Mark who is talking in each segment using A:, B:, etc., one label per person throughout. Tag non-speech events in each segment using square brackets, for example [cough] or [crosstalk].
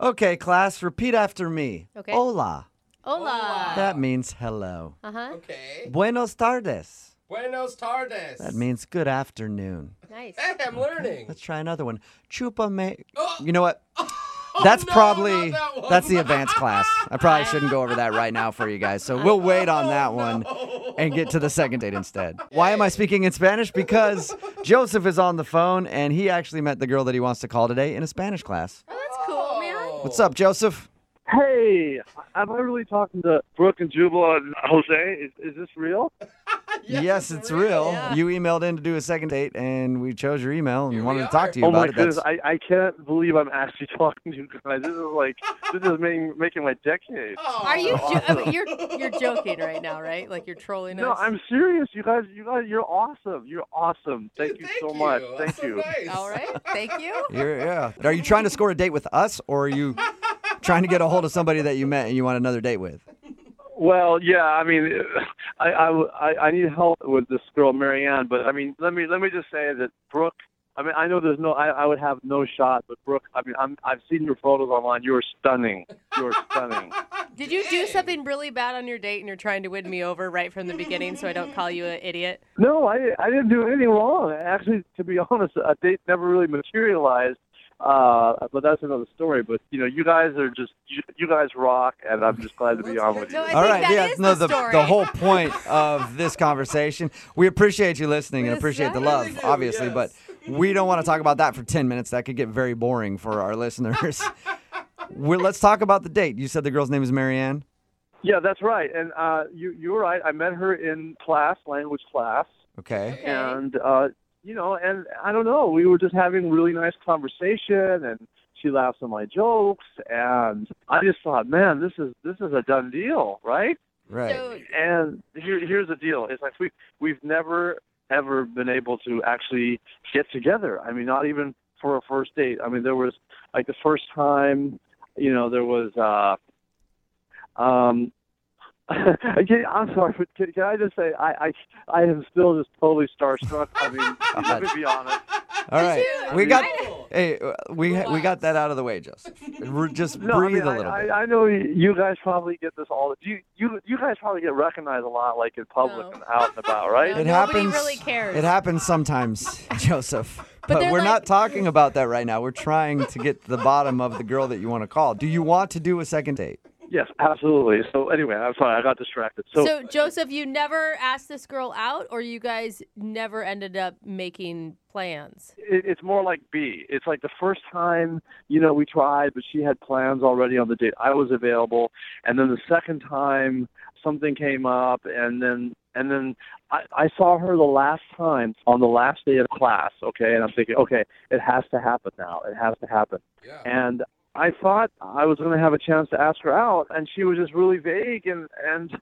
A: Okay, class, repeat after me.
B: Okay.
A: Hola.
B: Hola.
A: That means hello.
B: Uh huh.
C: Okay.
A: Buenos tardes.
C: Buenos tardes.
A: That means good afternoon.
B: Nice.
C: Hey, I'm
A: [laughs]
C: learning.
A: Let's try another one. Chupa me.
C: Oh.
A: You know what? That's
C: no,
A: probably
C: not that one.
A: that's the
C: [laughs]
A: advanced class. I probably shouldn't go over that right now for you guys. So we'll wait on
C: Oh,
A: that one
B: Oh,
A: and get to the second date instead. Why am I speaking in Spanish?
C: [laughs]
A: Because Joseph is on the phone and he actually met the girl that he wants to call today in a Spanish class.
B: Oh, that's cool, man.
A: What's up, Joseph?
D: Hey, am I really talking to Brooke and Jubal and Jose? Is, is this real?
A: Yes, it's real. You emailed in to do a second date and we chose your email and
C: we
A: wanted to talk
C: are.
A: to you
D: oh
A: about
D: my
A: it.
D: goodness,
A: That's-
D: I, I can't believe I'm actually [laughs] talking to you guys. This is like this is making making my decade.
C: Oh,
B: Are
C: [laughs]
B: you? Jo- I mean, you're [laughs] you're joking right now, right? Like you're trolling
D: No,
B: us.
D: I'm serious. You guys, you guys, you're awesome. You're awesome. Thank you so much.
C: That's
D: Thank
C: so
D: you.
C: Nice.
B: All right. Thank you.
D: [laughs]
A: You're- yeah. Are you trying to score a date with us, or are
B: [laughs]
A: you trying to get a hold of somebody that you met and you want another date with?
D: Well, yeah. I mean, [laughs] I, I I I need help with this girl Marianne, but I mean, let me let me just say that Brooke. I mean, I know there's no. I, I would have no shot, but Brooke. I mean, I'm I've seen your photos online. You are stunning. You are stunning.
B: Did you do something really bad on your date and you're trying to win me over right from the beginning so I don't call you an idiot?
D: No, I I didn't do anything wrong. Actually, to be [laughs] honest, a date never really materialized. Uh, but that's another story. But you know, you guys are just you, you guys rock, and I'm just glad to be on with you.
B: No, I
A: All
B: think
A: right,
B: that
A: yeah,
B: is
A: no,
B: the,
A: the,
B: story.
A: whole point of this conversation. We appreciate you listening and
B: Yes,
A: appreciate the
B: I
A: love,
C: really do,
A: obviously,
C: yes.
A: but we don't want to talk about that for 10 minutes. That could get very boring for our
B: [laughs]
A: listeners. we let's talk about the date. You said the girl's name is Marianne.
D: Yeah, that's right. And uh, you you were right. I met her in class, language class,
A: Okay.
B: Okay.
D: and uh, you know, and I don't know. We were just having really nice conversation, and she laughs at my jokes, and I just thought, man, this is this is a done deal, right?
A: Right.
B: So,
D: And here, here's the deal: it's like we we've never ever been able to actually get together. I mean, not even for a first date. I mean, there was like the first time, you know, there was. uh Um, [laughs] again, I'm sorry, but can, can I just say I, I I am still just totally starstruck. I mean,
A: [laughs]
D: let me be honest.
A: All right.
B: you-
A: We got
C: Cool.
A: Hey, uh, we we got that out of the way,
B: [laughs]
A: Joseph. We're- Just
D: No,
A: breathe a
D: I mean,
A: little
D: I,
A: bit.
D: I, I know you guys probably get this all. You you you guys probably get recognized a lot, like in public
B: No.
D: and out and about, right?
B: [laughs] No,
A: It
B: nobody
A: happens.
B: really cares.
A: It happens sometimes, [laughs] Joseph.
B: But
A: But,
B: they're
A: we're
B: like-
A: not talking about that right now. We're trying to get to the bottom of the girl that you want to call. Do you want to do a second date?
D: Yes, absolutely. So anyway, I'm sorry, I got distracted. So,
B: so Joseph, you never asked this girl out, or you guys never ended up making plans?
D: it, it's more like B. It's like the first time, you know, we tried, but she had plans already on the date. I was available, and then the second time, something came up, and then and then I, I saw her the last time on the last day of class. Okay, and I'm thinking, okay, it has to happen now. It has to happen.
C: Yeah.
D: and I thought I was going to have a chance to ask her out, and she was just really vague, and and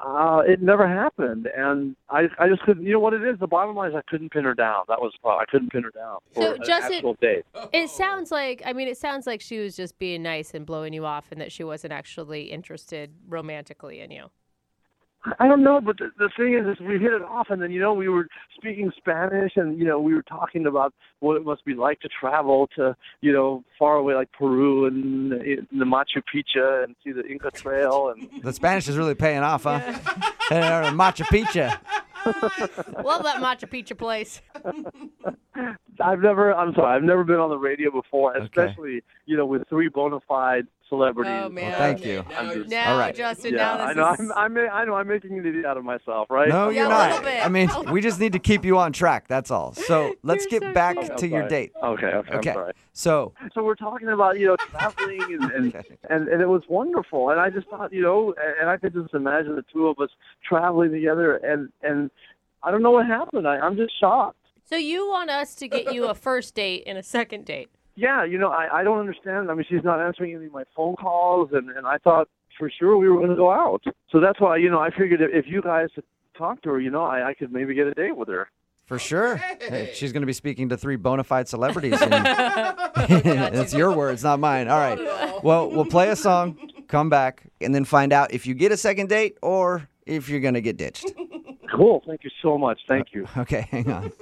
D: uh, it never happened. And I I just couldn't. You know what it is? The bottom line is I couldn't pin her down. That was the problem. I couldn't pin her down for
B: So,
D: an
B: Justin-
D: actual date.
C: Oh.
B: It sounds like, I mean, it sounds like she was just being nice and blowing you off and that she wasn't actually interested romantically in you.
D: I don't know, but the, the thing is, is we hit it off, and then you know we were speaking Spanish, and you know we were talking about what it must be like to travel to you know far away like Peru and uh, the Machu Picchu and see the Inca Trail and.
A: The Spanish is really paying off, huh? Yeah. Machu Picchu.
B: Love that Machu Picchu place.
D: I've never. I'm sorry. I've never been on the radio before,
A: Okay.
D: especially you know with three bona fide celebrities.
B: Oh, man. Well,
A: Thank you.
C: Now you're-
B: Now,
A: All right.
B: Justin,
D: Yeah,
B: now this
D: I know.
B: is... Oh,
D: I'm, I'm. I know. I'm making an idiot out of myself, right?
A: No,
B: Yeah,
A: you're
B: a
A: not.
B: little bit.
A: I
B: [laughs]
A: mean, we just need to keep you on track. That's all. So let's
B: You're
A: get
B: so
A: back
B: cute.
D: I'm
A: to your
D: sorry.
A: date.
D: Okay. Okay. I'm
A: Okay.
D: sorry.
A: So
D: So we're talking about you know traveling and and,
A: Okay.
D: and and it was wonderful, and I just thought you know, and, and I could just imagine the two of us traveling together, and and I don't know what happened. I, I'm just shocked.
B: So you want us to get you a first date and a second date.
D: Yeah, you know, I, I don't understand. I mean, she's not answering any of my phone calls, and, and I thought for sure we were going to go out. So that's why, you know, I figured if, if you guys had talked to her, you know, I, I could maybe get a date with her.
A: for sure,
C: Okay.
A: Hey, she's going to be speaking to three bona fide celebrities. [laughs] And it's your words, not mine. All right. Well, we'll play a song, come back, and then find out if you get a second date or if you're going to get ditched.
D: Cool. Thank you so much. Thank you.
A: Okay, hang on.